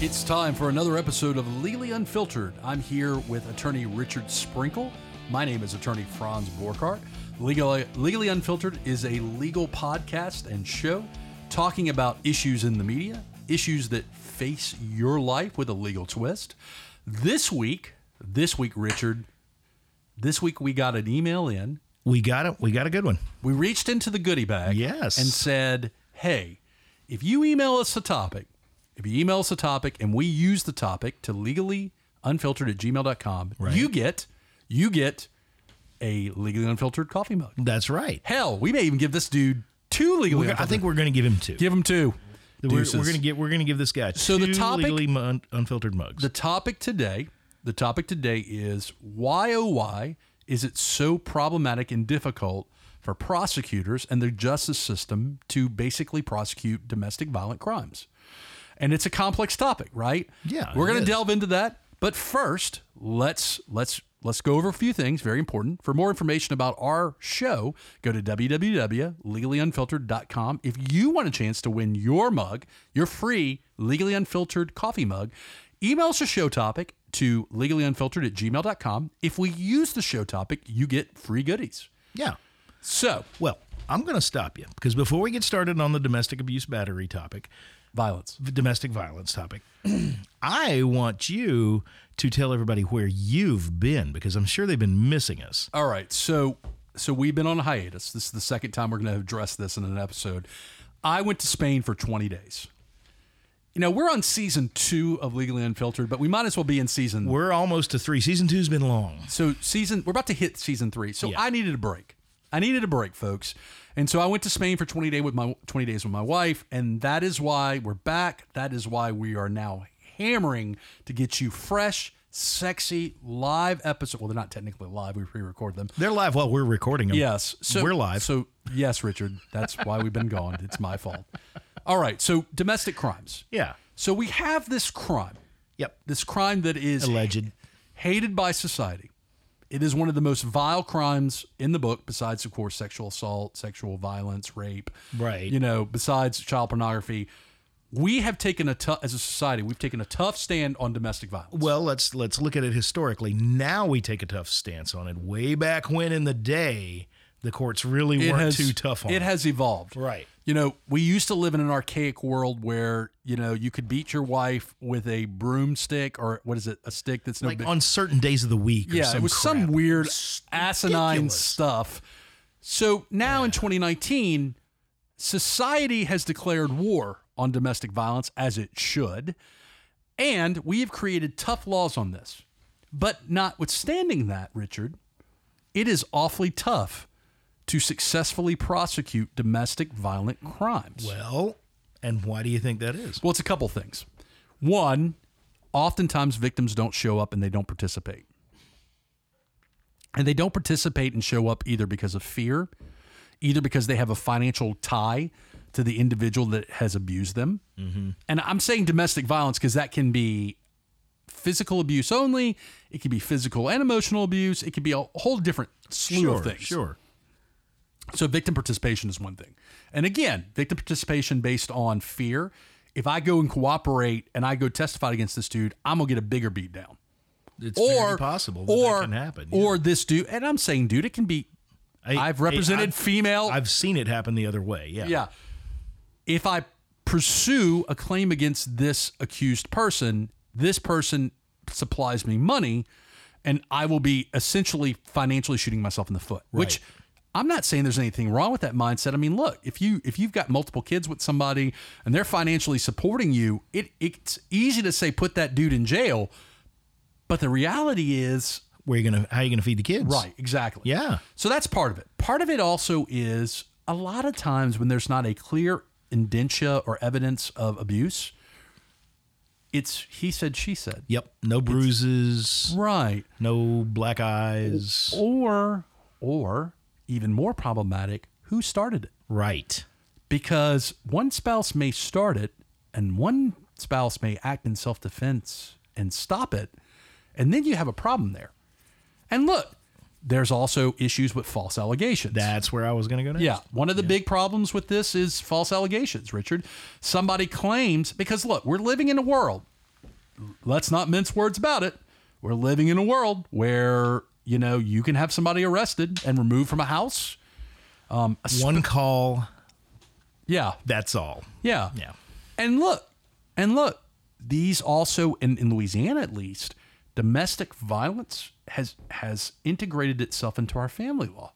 It's time for another episode of Legally Unfiltered. I'm here with attorney Richard Sprinkle. My name is attorney Franz Borkart. Legally, Legally Unfiltered is a legal podcast and show talking about issues in the media, issues that face your life with a legal twist. This week, this week, Richard, this week we got an email in. We got it. We got a good one. We reached into the goodie bag Yes. and said, hey, if you email us a topic, if you email us a topic and we use the topic to legally unfiltered at gmail.com, Right. you get you get a legally unfiltered coffee mug. That's right. Hell, we may even give this dude two legally We're- I unfiltered. think we're going to give him two. give him two. we're, Deuces. we're going to get. We're going to give this guy So the two topic- legally mu- un- unfiltered mugs. the topic today, the topic today is why oh why is it so problematic and difficult for prosecutors and the justice system to basically prosecute domestic violent crimes? And it's a complex topic, right? Yeah, We're it going to is. delve into that, but first, let's let's let's go over a few things very important. For more information about our show, go to www.legallyunfiltered.com. If you want a chance to win your mug, your free legally unfiltered coffee mug, email us a show topic to legallyunfiltered at gmail.com. If we use the show topic, you get free goodies. yeah. So, Well, I'm going to stop you because before we get started on the domestic abuse battery topic, violence. the domestic violence topic, I want you to tell everybody where you've been because I'm sure they've been missing us. All right, so so we've been on a hiatus. This is the second time we're going to address this in an episode. I went to Spain for 20 days. You know, we're on season two of Legally Unfiltered, but we might as well be in season. We're almost to three. Season two's been long. So season, we're about to hit season three. So I needed a break. I needed a break, folks. And so I went to Spain for 20 day with my 20 days with my wife, and that is why we're back. That is why we are now hammering to get you fresh, sexy, live episode. Well, they're not technically live; we pre-record them, They're live while we're recording them. Yes. So We're live. So yes, Richard, that's why we've been gone. It's my fault. All right. So domestic crimes. Yeah. So we have this crime, Yep. this crime that is Alleged. hated by society. It is one of the most vile crimes in the book, besides, of course, sexual assault, sexual violence, rape. Right. You know, besides child pornography, we have taken a tough as a society. We've taken a tough stand on domestic violence. Well, let's let's look at it historically. Now we take a tough stance on it. Way back when in the day, the courts really weren't too tough on it. It has evolved. Right. You know, we used to live in an archaic world where, you know, you could beat your wife with a broomstick or what is it, a stick that's no like big. on certain days of the week. or yeah, some it was some crap. weird asinine ridiculous. stuff. So now in 2019, society has declared war on domestic violence as it should. And we have created tough laws on this. But notwithstanding that, Richard, it is awfully tough to successfully prosecute domestic violent crimes. Well, and why do you think that is? Well, it's a couple things. One, oftentimes victims don't show up and they don't participate. And they don't participate and show up either because of fear, either because they have a financial tie to the individual that has abused them. And I'm saying domestic violence because that can be physical abuse only, it can be physical and emotional abuse, it could be a whole different slew sure, of things. sure. So victim participation is one thing. And again, victim participation based on fear. If I go and cooperate and I go testify against this dude, I'm gonna get a bigger beat down. It's Or very possible that, or that can happen. yeah. or this dude and I'm saying dude, it can be I- I've I- represented I've- female I've seen it happen the other way. Yeah. yeah. If I pursue a claim against this accused person, this person supplies me money and I will be essentially financially shooting myself in the foot, which I'm not saying there's anything wrong with that mindset. I mean, look, if you if you've got multiple kids with somebody and they're financially supporting you, it it's easy to say put that dude in jail, but the reality is Where you gonna how you gonna feed the kids? Right, exactly. Yeah. So that's part of it. Part of it also is a lot of times when there's not a clear indentia or evidence of abuse, it's he said, she said. Yep. No bruises. Right. no black eyes. Or, or even more problematic, who started it? Right. Because one spouse may start it and one spouse may act in self defense and stop it. And then you have a problem there. And look, there's also issues with false allegations. That's where I was gonna go next. Yeah. One of the big problems with this is false allegations, Richard. Somebody claims, because look, we're living in a world let's not mince words about it. We're living in a world where, you know, you can have somebody arrested and removed from a house. One call, Yeah. that's all. Yeah. Yeah. And look, and look, these also in, in Louisiana at least, domestic violence has has integrated itself into our family law.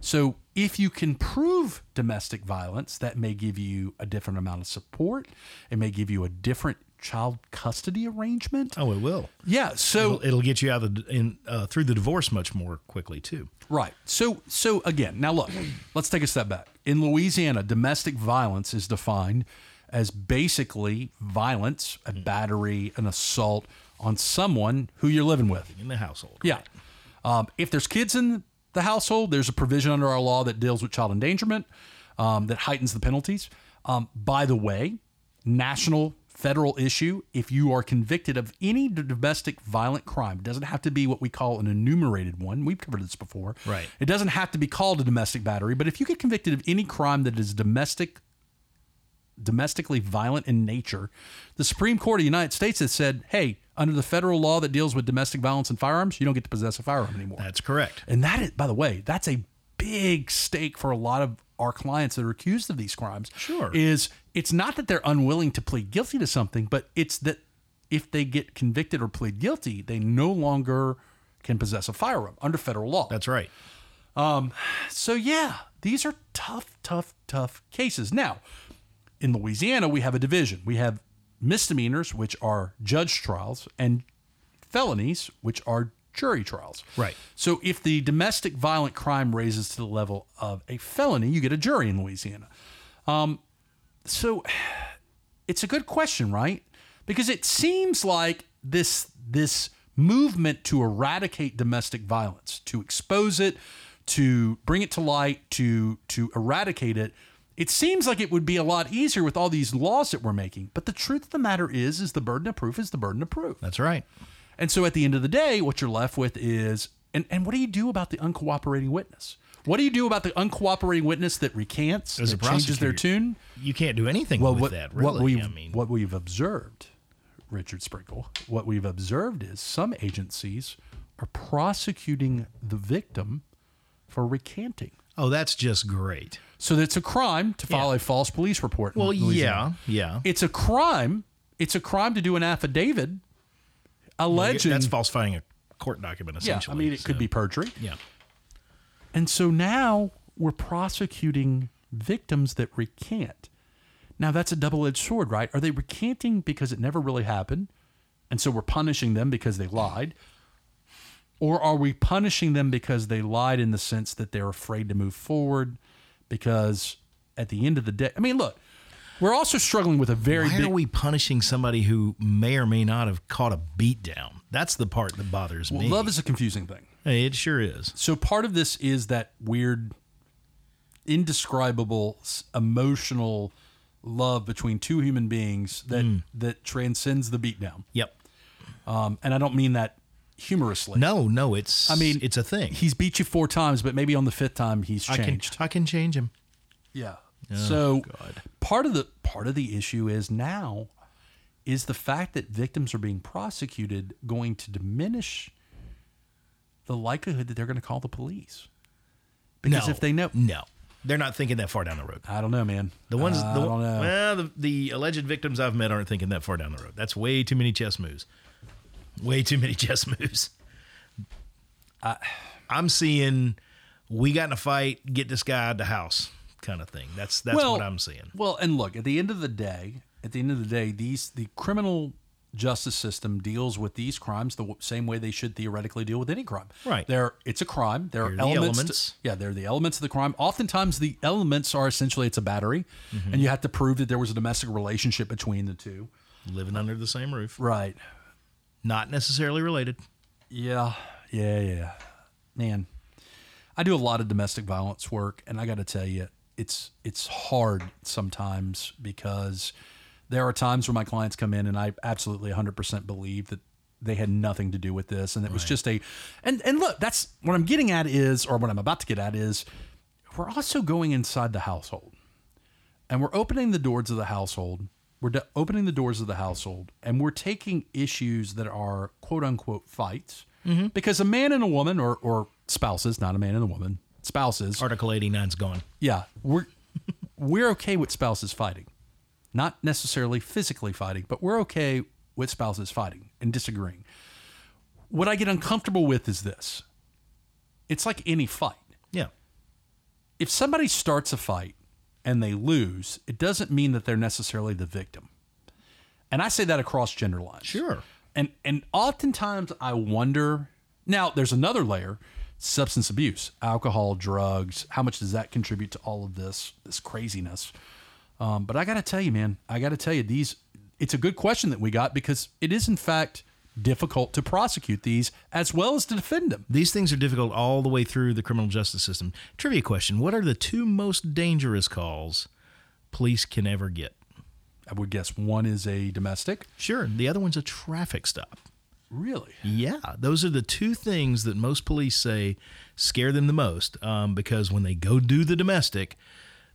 So if you can prove domestic violence, that may give you a different amount of support. It may give you a different child custody arrangement. Oh, it will. Yeah. So It'll, it'll get you out of the, in, uh, through the divorce much more quickly too. Right. So so again, now look, let's take a step back. In Louisiana, domestic violence is defined as basically violence, a battery, an assault on someone who you're living with. in the household. Yeah. Um, if there's kids in the household, there's a provision under our law that deals with child endangerment um, that heightens the penalties. Um, by the way, national federal issue if you are convicted of any d- domestic violent crime it doesn't have to be what we call an enumerated one we've covered this before Right. it doesn't have to be called a domestic battery but if you get convicted of any crime that is domestic domestically violent in nature, the Supreme Court of the United States has said, hey, under the federal law that deals with domestic violence and firearms, you don't get to possess a firearm anymore. That's correct. and that is, by the way, that's a big stake for a lot of our clients that are accused of these crimes. Sure. Is it's not that they're unwilling to plead guilty to something, but it's that if they get convicted or plead guilty, they no longer can possess a firearm under federal law. That's right. So yeah, these are tough, tough, tough cases. Now, in Louisiana, we have a division. We have misdemeanors, which are judge trials, and felonies, which are jury trials. Right. So if the domestic violent crime raises to the level of a felony, you get a jury in Louisiana. Um, so it's a good question, right? Because it seems like this this movement to eradicate domestic violence, to expose it, to bring it to light, to to eradicate it, it seems like it would be a lot easier with all these laws that we're making. But the truth of the matter is is the burden of proof is the burden of proof. That's right. And so at the end of the day, what you're left with is and, and what do you do about the uncooperating witness? What do you do about the uncooperating witness that recants, As a that changes their prosecutor, tune? You can't do anything with what, that. Really. what we've I mean, what we've observed, Richard Sprinkle, what we've observed is some agencies are prosecuting the victim for recanting. oh, that's just great. So that's a crime to file a false police report. in Well, Louisiana. yeah, yeah. it's a crime. It's a crime to do an affidavit alleging. That's falsifying a court document. yeah, Essentially. I mean it could so- be perjury. Yeah. And so now we're prosecuting victims that recant. Now that's a double edged sword, right? Are they recanting because it never really happened? And so we're punishing them because they lied? Or are we punishing them because they lied in the sense that they're afraid to move forward? Because at the end of the day, I mean, look, we're also struggling with a very Why big. are we punishing somebody who may or may not have caught a beatdown? That's the part that bothers me. love is a confusing thing. it sure is. So part of this is that weird, indescribable s- emotional love between two human beings that that transcends the beatdown. Yep. Um, and I don't mean that humorously. No, no. It's. I mean, it's a thing. He's beat you four times, but maybe on the fifth time he's I can. changed. Oh, I can change him. yeah. so God. part of the part of the issue is now is the fact that victims are being prosecuted going to diminish the likelihood that they're going to call the police because no. if they know No. They're not thinking that far down the road. I don't know, man. The ones, Uh, I the, don't know. well, the, the alleged victims I've met aren't thinking that far down the road. That's way too many chess moves. Way too many chess moves. I, I'm seeing we got in a fight, get this guy out of the house, kind of thing. That's that's what I'm seeing. Well, and look, at the end of the day, at the end of the day, these the criminal justice system deals with these crimes the w- same way they should theoretically deal with any crime. Right. There, it's a crime. There are They're the elements. to- elements. yeah, they're the elements of the crime. Oftentimes, the elements are essentially it's a battery, Mm-hmm. and you have to prove that there was a domestic relationship between the two. Living under the same roof, Right. not necessarily related. Yeah, yeah, yeah. Man, I do a lot of domestic violence work, and I got to tell you, it's it's hard sometimes because there are times where my clients come in, and I absolutely 100% believe that they had nothing to do with this, and it was just a, and and look, that's what I'm getting at is, or what I'm about to get at is, we're also going inside the household, and we're opening the doors of the household We're de- opening the doors of the household and we're taking issues that are quote unquote fights because a man and a woman or, or spouses, not a man and a woman, spouses. Article 89's gone. yeah, we're, we're okay with spouses fighting, not necessarily physically fighting, but we're okay with spouses fighting and disagreeing. What I get uncomfortable with is this it's like any fight Yeah. if somebody starts a fight and they lose, it doesn't mean that they're necessarily the victim. And I say that across gender lines. Sure. And and oftentimes I wonder now there's another layer, substance abuse, alcohol, drugs, how much does that contribute to all of this this craziness? Um, but I got to tell you, man, I got to tell you these it's a good question that we got because it is in fact difficult to prosecute these as well as to defend them. These things are difficult all the way through the criminal justice system. Trivia question What are the two most dangerous calls police can ever get? I would guess one is a domestic. Sure. The other one's a traffic stop. Really? Yeah. Those are the two things that most police say scare them the most um, because when they go do the domestic,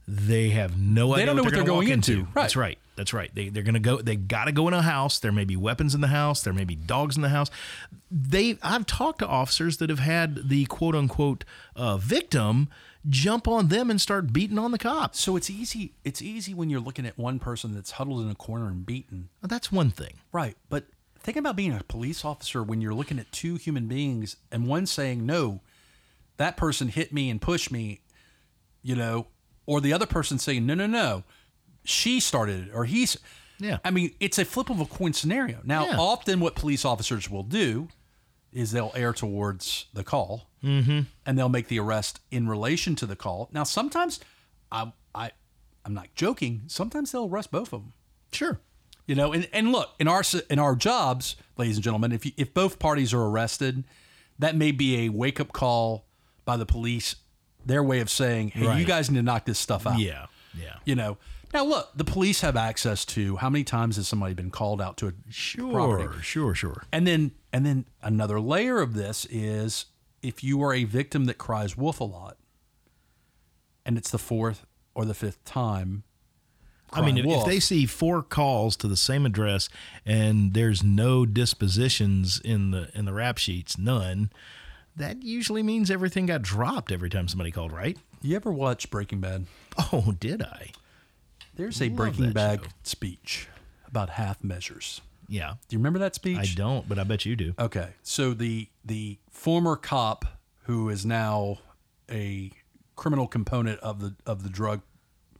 they have no idea. don't know what they're gonna going walk into. That's right. That's right. They, they're going to go. They got to go in a house. There may be weapons in the house. There may be dogs in the house. They. I've talked to officers that have had the quote unquote uh, victim jump on them and start beating on the cops. So it's easy. It's easy when you're looking at one person that's huddled in a corner and beaten. Now, that's one thing. Right. But think about being a police officer when you're looking at two human beings and one saying, no, that person hit me and pushed me, you know, or the other person saying, no, no, no, she started it or he's. Yeah. I mean, it's a flip of a coin scenario. Now, Yeah. often what police officers will do is they'll err towards the call Mm-hmm. and they'll make the arrest in relation to the call. Now, sometimes I, I, I'm not joking. Sometimes they'll arrest both of them. Sure. You know, and, and look in our in our jobs, ladies and gentlemen, if you, if both parties are arrested, that may be a wake up call by the police. Their way of saying, "Hey, you Right. guys need to knock this stuff out." Yeah. Yeah. You know. Now look, the police have access to how many times has somebody been called out to a Sure. property? Sure. Sure. And then and then another layer of this is if you are a victim that cries wolf a lot and it's the fourth or the fifth time. I mean, crying if, wolf, if they see four calls to the same address and there's no dispositions in the in the rap sheets, none, that usually means everything got dropped every time somebody called, right? you ever watch Breaking Bad? Oh, did I? There's a Breaking that Bad show. speech about half measures. Yeah, Do you remember that speech? I don't, but I bet you do. Okay, so the the former cop who is now a criminal component of the of the drug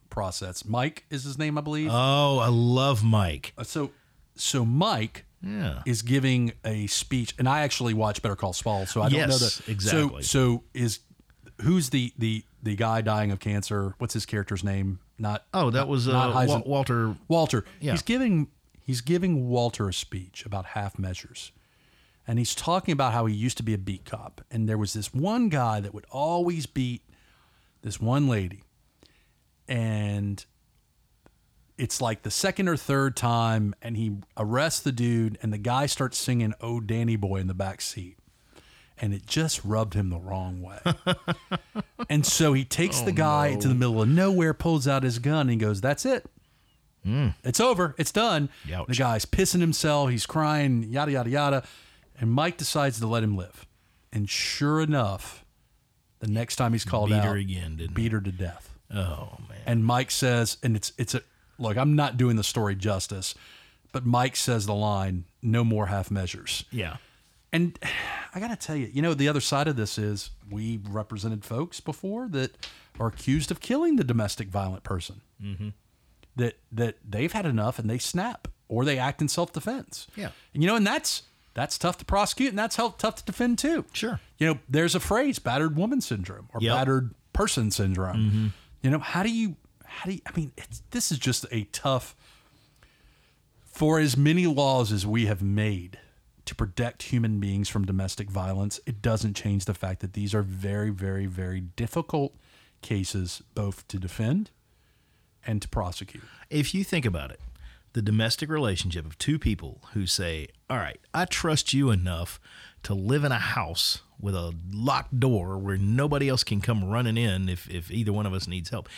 process, Mike is his name, I believe. Oh, I love Mike. Uh, so so Mike Yeah, is giving a speech, and I actually watch Better Call Saul, so I don't know Yes, the exactly. So so is who's the the the guy dying of cancer? What's his character's name? Not Oh, that was uh, Not Eisen- Wa- Walter. Mm-hmm. Walter. Yeah. He's giving he's giving Walter a speech about half measures. And he's talking about how he used to be a beat cop. And there was this one guy that would always beat this one lady. And it's like the second or third time, and he arrests the dude, and the guy starts singing Oh Danny Boy in the back seat. And it just rubbed him the wrong way. and so he takes the guy into the middle of nowhere, pulls out his gun, and he goes, That's it. It's over. It's done. Ouch. The guy's pissing himself. He's crying, yada, yada, yada. And Mike decides to let him live. And sure enough, the next time he's called Beat out, her again, didn't beat her to death. Oh man. And Mike says, and it's it's a look, I'm not doing the story justice, but Mike says the line, no more half measures. Yeah. And I gotta tell you, you know, the other side of this is we represented folks before that are accused of killing the domestic violent person. Mm-hmm. That that they've had enough and they snap or they act in self defense. Yeah. and you know, and that's that's tough to prosecute and that's hel- tough to defend too. Sure. You know, there's a phrase, battered woman syndrome or Yep. battered person syndrome. You know, how do you how do you, I mean, it's, this is just a tough for as many laws as we have made to protect human beings from domestic violence, it doesn't change the fact that these are very, very, very difficult cases both to defend and to prosecute. If you think about it, the domestic relationship of two people who say, All right, I trust you enough to live in a house with a locked door where nobody else can come running in if, if either one of us needs help.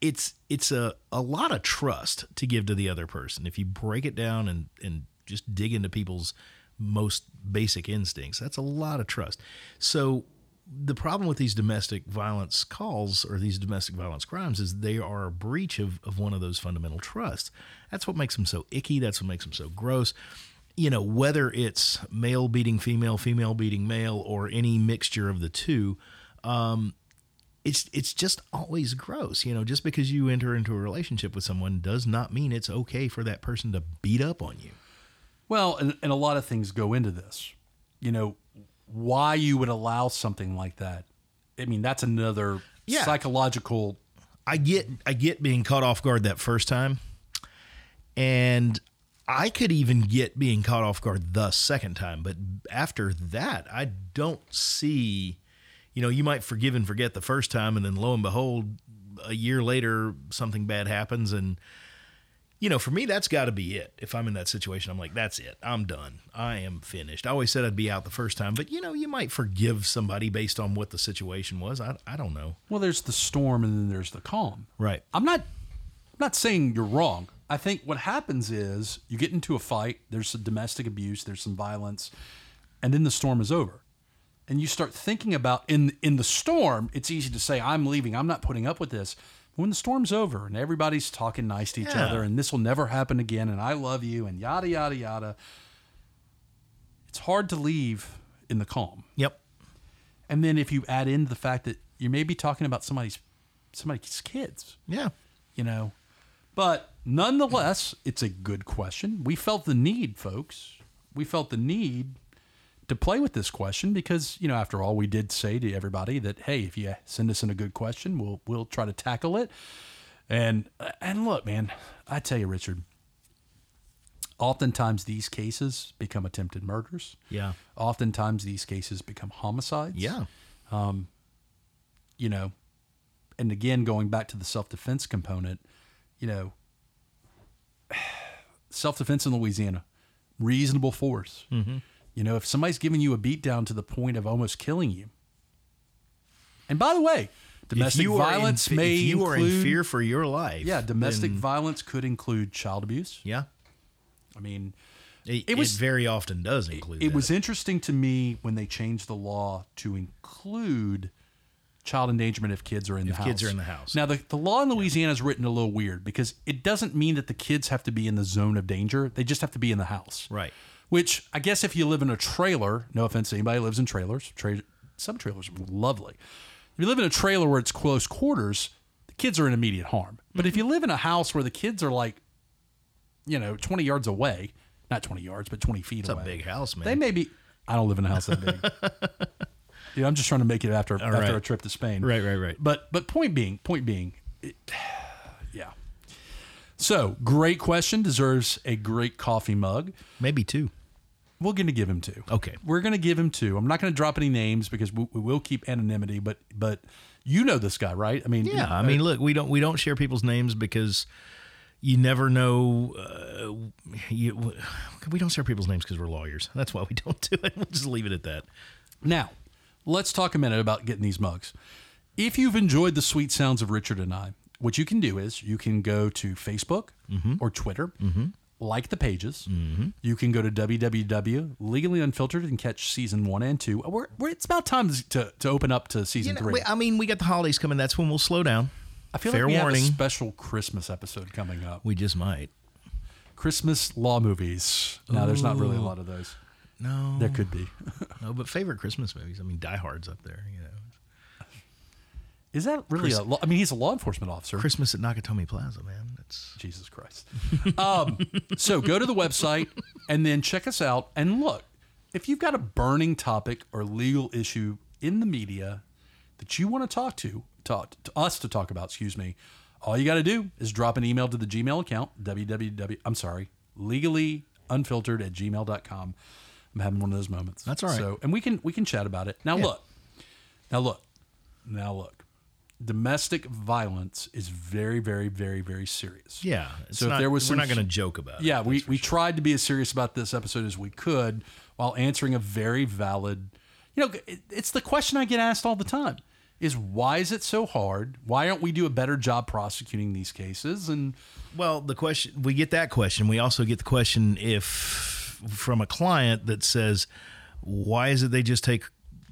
it's it's a, a lot of trust to give to the other person if you break it down and and just dig into people's most basic instincts that's a lot of trust so the problem with these domestic violence calls or these domestic violence crimes is they are a breach of, of one of those fundamental trusts that's what makes them so icky that's what makes them so gross you know whether it's male beating female female beating male or any mixture of the two um, it's it's just always gross you know just because you enter into a relationship with someone does not mean it's okay for that person to beat up on you Well, and, and a lot of things go into this. You know, why you would allow something like that. I mean, that's another Yeah. psychological. i get i get being caught off guard that first time and i could even get being caught off guard the second time but after that i don't see you know you might forgive and forget the first time and then lo and behold a year later something bad happens and you know, for me, that's got to be it. If I'm in that situation, I'm like, that's it. I'm done. I am finished. I always said I'd be out the first time, but you know, you might forgive somebody based on what the situation was. I, I don't know. Well, there's the storm and then there's the calm. Right. I'm not I'm not saying you're wrong. I think what happens is you get into a fight, there's some domestic abuse, there's some violence, and then the storm is over. And you start thinking about in in the storm, it's easy to say I'm leaving, I'm not putting up with this. But when the storm's over and everybody's talking nice to each Yeah. other and this will never happen again and I love you and yada yada yada. It's hard to leave in the calm. Yep. And then if you add in the fact that you may be talking about somebody's somebody's kids Yeah. you know. But nonetheless, it's a good question. We felt the need, folks. We felt the need to play with this question because, you know, after all, we did say to everybody that, hey, if you send us in a good question, we'll we'll try to tackle it. And and look, man, I tell you, Richard, oftentimes these cases become attempted murders. Yeah. Oftentimes these cases become homicides Yeah. you know, and again, going back to the self defense component, you know, self defense in Louisiana, reasonable force. Mm-hmm. You know, if somebody's giving you a beatdown to the point of almost killing you, and by the way, domestic you are in violence fe- may if you are in include- fear for your life. Yeah, domestic then- violence could include child abuse. yeah. I mean, It, It was- it very often does include. it that. was interesting to me when they changed the law to include child endangerment if kids are in the house. kids are in the house. Now the, the law in Louisiana is written a little weird because it doesn't mean that the kids have to be in the zone of danger. They just have to be in the house. right. Which I guess if you live in a trailer, no offense to anybody who lives in trailers, tra- some trailers are lovely. If you live in a trailer where it's close quarters, the kids are in immediate harm. But if you live in a house where the kids are like, you know, 20 yards away, not 20 yards, but 20 feet It's a away. big house, man. They may be. I don't live in a house that big. yeah, I'm just trying to make it after after right. a trip to Spain. Right, right, right. But but point being, point being, it, yeah. So great question deserves a great coffee mug. Maybe two. We're going to give him two. Okay. We're going to give him two. I'm not going to drop any names because we, we will keep anonymity. But but you know this guy, right? I mean, Yeah, I mean, look, we don't we don't share people's names because you never know. Uh, you, we don't share people's names because we're lawyers. That's why we don't do it. We'll just leave it at that. Now, let's talk a minute about getting these mugs. If you've enjoyed the sweet sounds of Richard and I, what you can do is you can go to Facebook Mm-hmm. or Twitter, like the pages. You can go to www legally unfiltered and catch season one and 2 We're, we're, it's about time to, to open up to season You know, three. we- I mean, we got the holidays coming. That's when we'll slow down. I feel fair like we warning. have a special Christmas episode coming up. we just might. Christmas law movies. Now, there's not really a lot of those. No, There could be. no, but favorite Christmas movies. I mean, Die Hard's up there. You know, Is that really a law? I mean, he's a law enforcement officer. Christmas at Nakatomi Plaza, man. That's Jesus Christ. Um, so go to the website and then check us out. And look, if you've got a burning topic or legal issue in the media that you want to talk to, talk to us to talk about, excuse me, all you got to do is drop an email to the Gmail account, www, I'm sorry, legally unfiltered at gmail.com. I'm having one of those moments. That's all right. So, and we can, we can chat about it. Now look, now look, now look, domestic violence is very, very, very, very serious. yeah. It's So if not- there was we're some not going to joke about it. Yeah, we, we tried to be as serious about this episode as we could while answering a very valid, you know, it- it's the question I get asked all the time. is why is it so hard? Why aren't we do a better job prosecuting these cases? And Well, the question we get that question. We also get the question if from a client that says, "Why is it they just take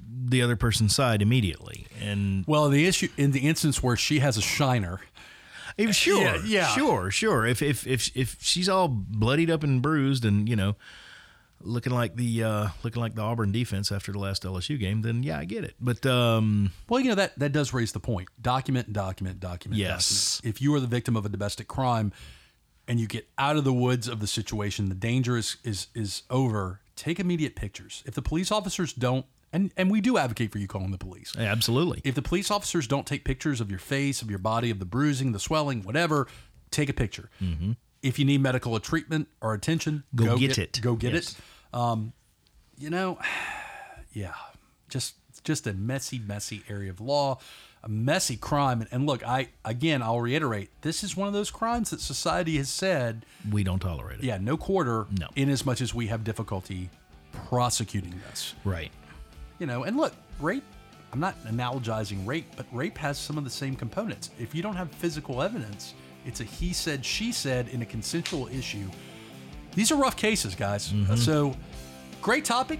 the other person's side immediately?" And well, the issue in the instance where she has a shiner, If- sure, yeah, yeah. sure, sure. If if if if she's all bloodied up and bruised and you know looking like the uh, looking like the Auburn defense after the last LSU game, then yeah, I get it. But um, well, you know that that does raise the point. Document, document, document. Yes. document. If you are the victim of a domestic crime, and you get out of the woods of the situation, the danger is is is over. Take immediate pictures. If the police officers don't, and and we do advocate for you calling the police. yeah, absolutely, If the police officers don't take pictures of your face, of your body, of the bruising, the swelling, whatever, take a picture. If you need medical treatment or attention, Mm-hmm. Go get it. Go get Yes. it. Um, you know, yeah, just just a messy, messy area of law, a messy crime. And, and look, I again, I'll reiterate, this is one of those crimes that society has said, we don't tolerate it. yeah, no quarter, No. in as much as we have difficulty prosecuting this Right. you know, and look, rape, I'm not analogizing rape, but rape has some of the same components. If you don't have physical evidence, it's a he said, she said in a consensual issue. These are rough cases, guys. Uh, Mm-hmm. So, great topic,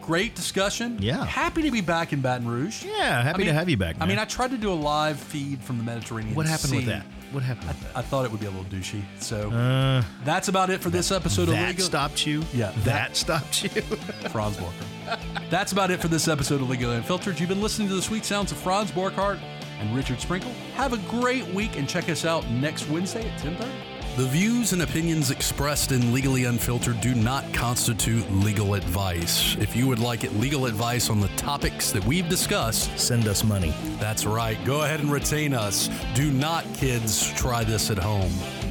great discussion. Yeah. Happy to be back in Baton Rouge. Yeah, happy to have you back. I mean, man. I tried to do a live feed from the Mediterranean. what happened with Sea. that? What happened with that? I thought it would be a little douchey. So, that's about it for this episode of That Legal. stopped you. Yeah, that, that- stopped you. Franz Borkhardt. That's about it for this episode of Legal Unfiltered. You've been listening to the sweet sounds of Franz Borkhardt and Richard Sprinkle. Have a great week and check us out next Wednesday at 10.30. The views and opinions expressed in Legally Unfiltered do not constitute legal advice. If you would like it legal advice on the topics that we've discussed, Send us money. that's right. Go ahead and retain us. Do not, kids, try this at home.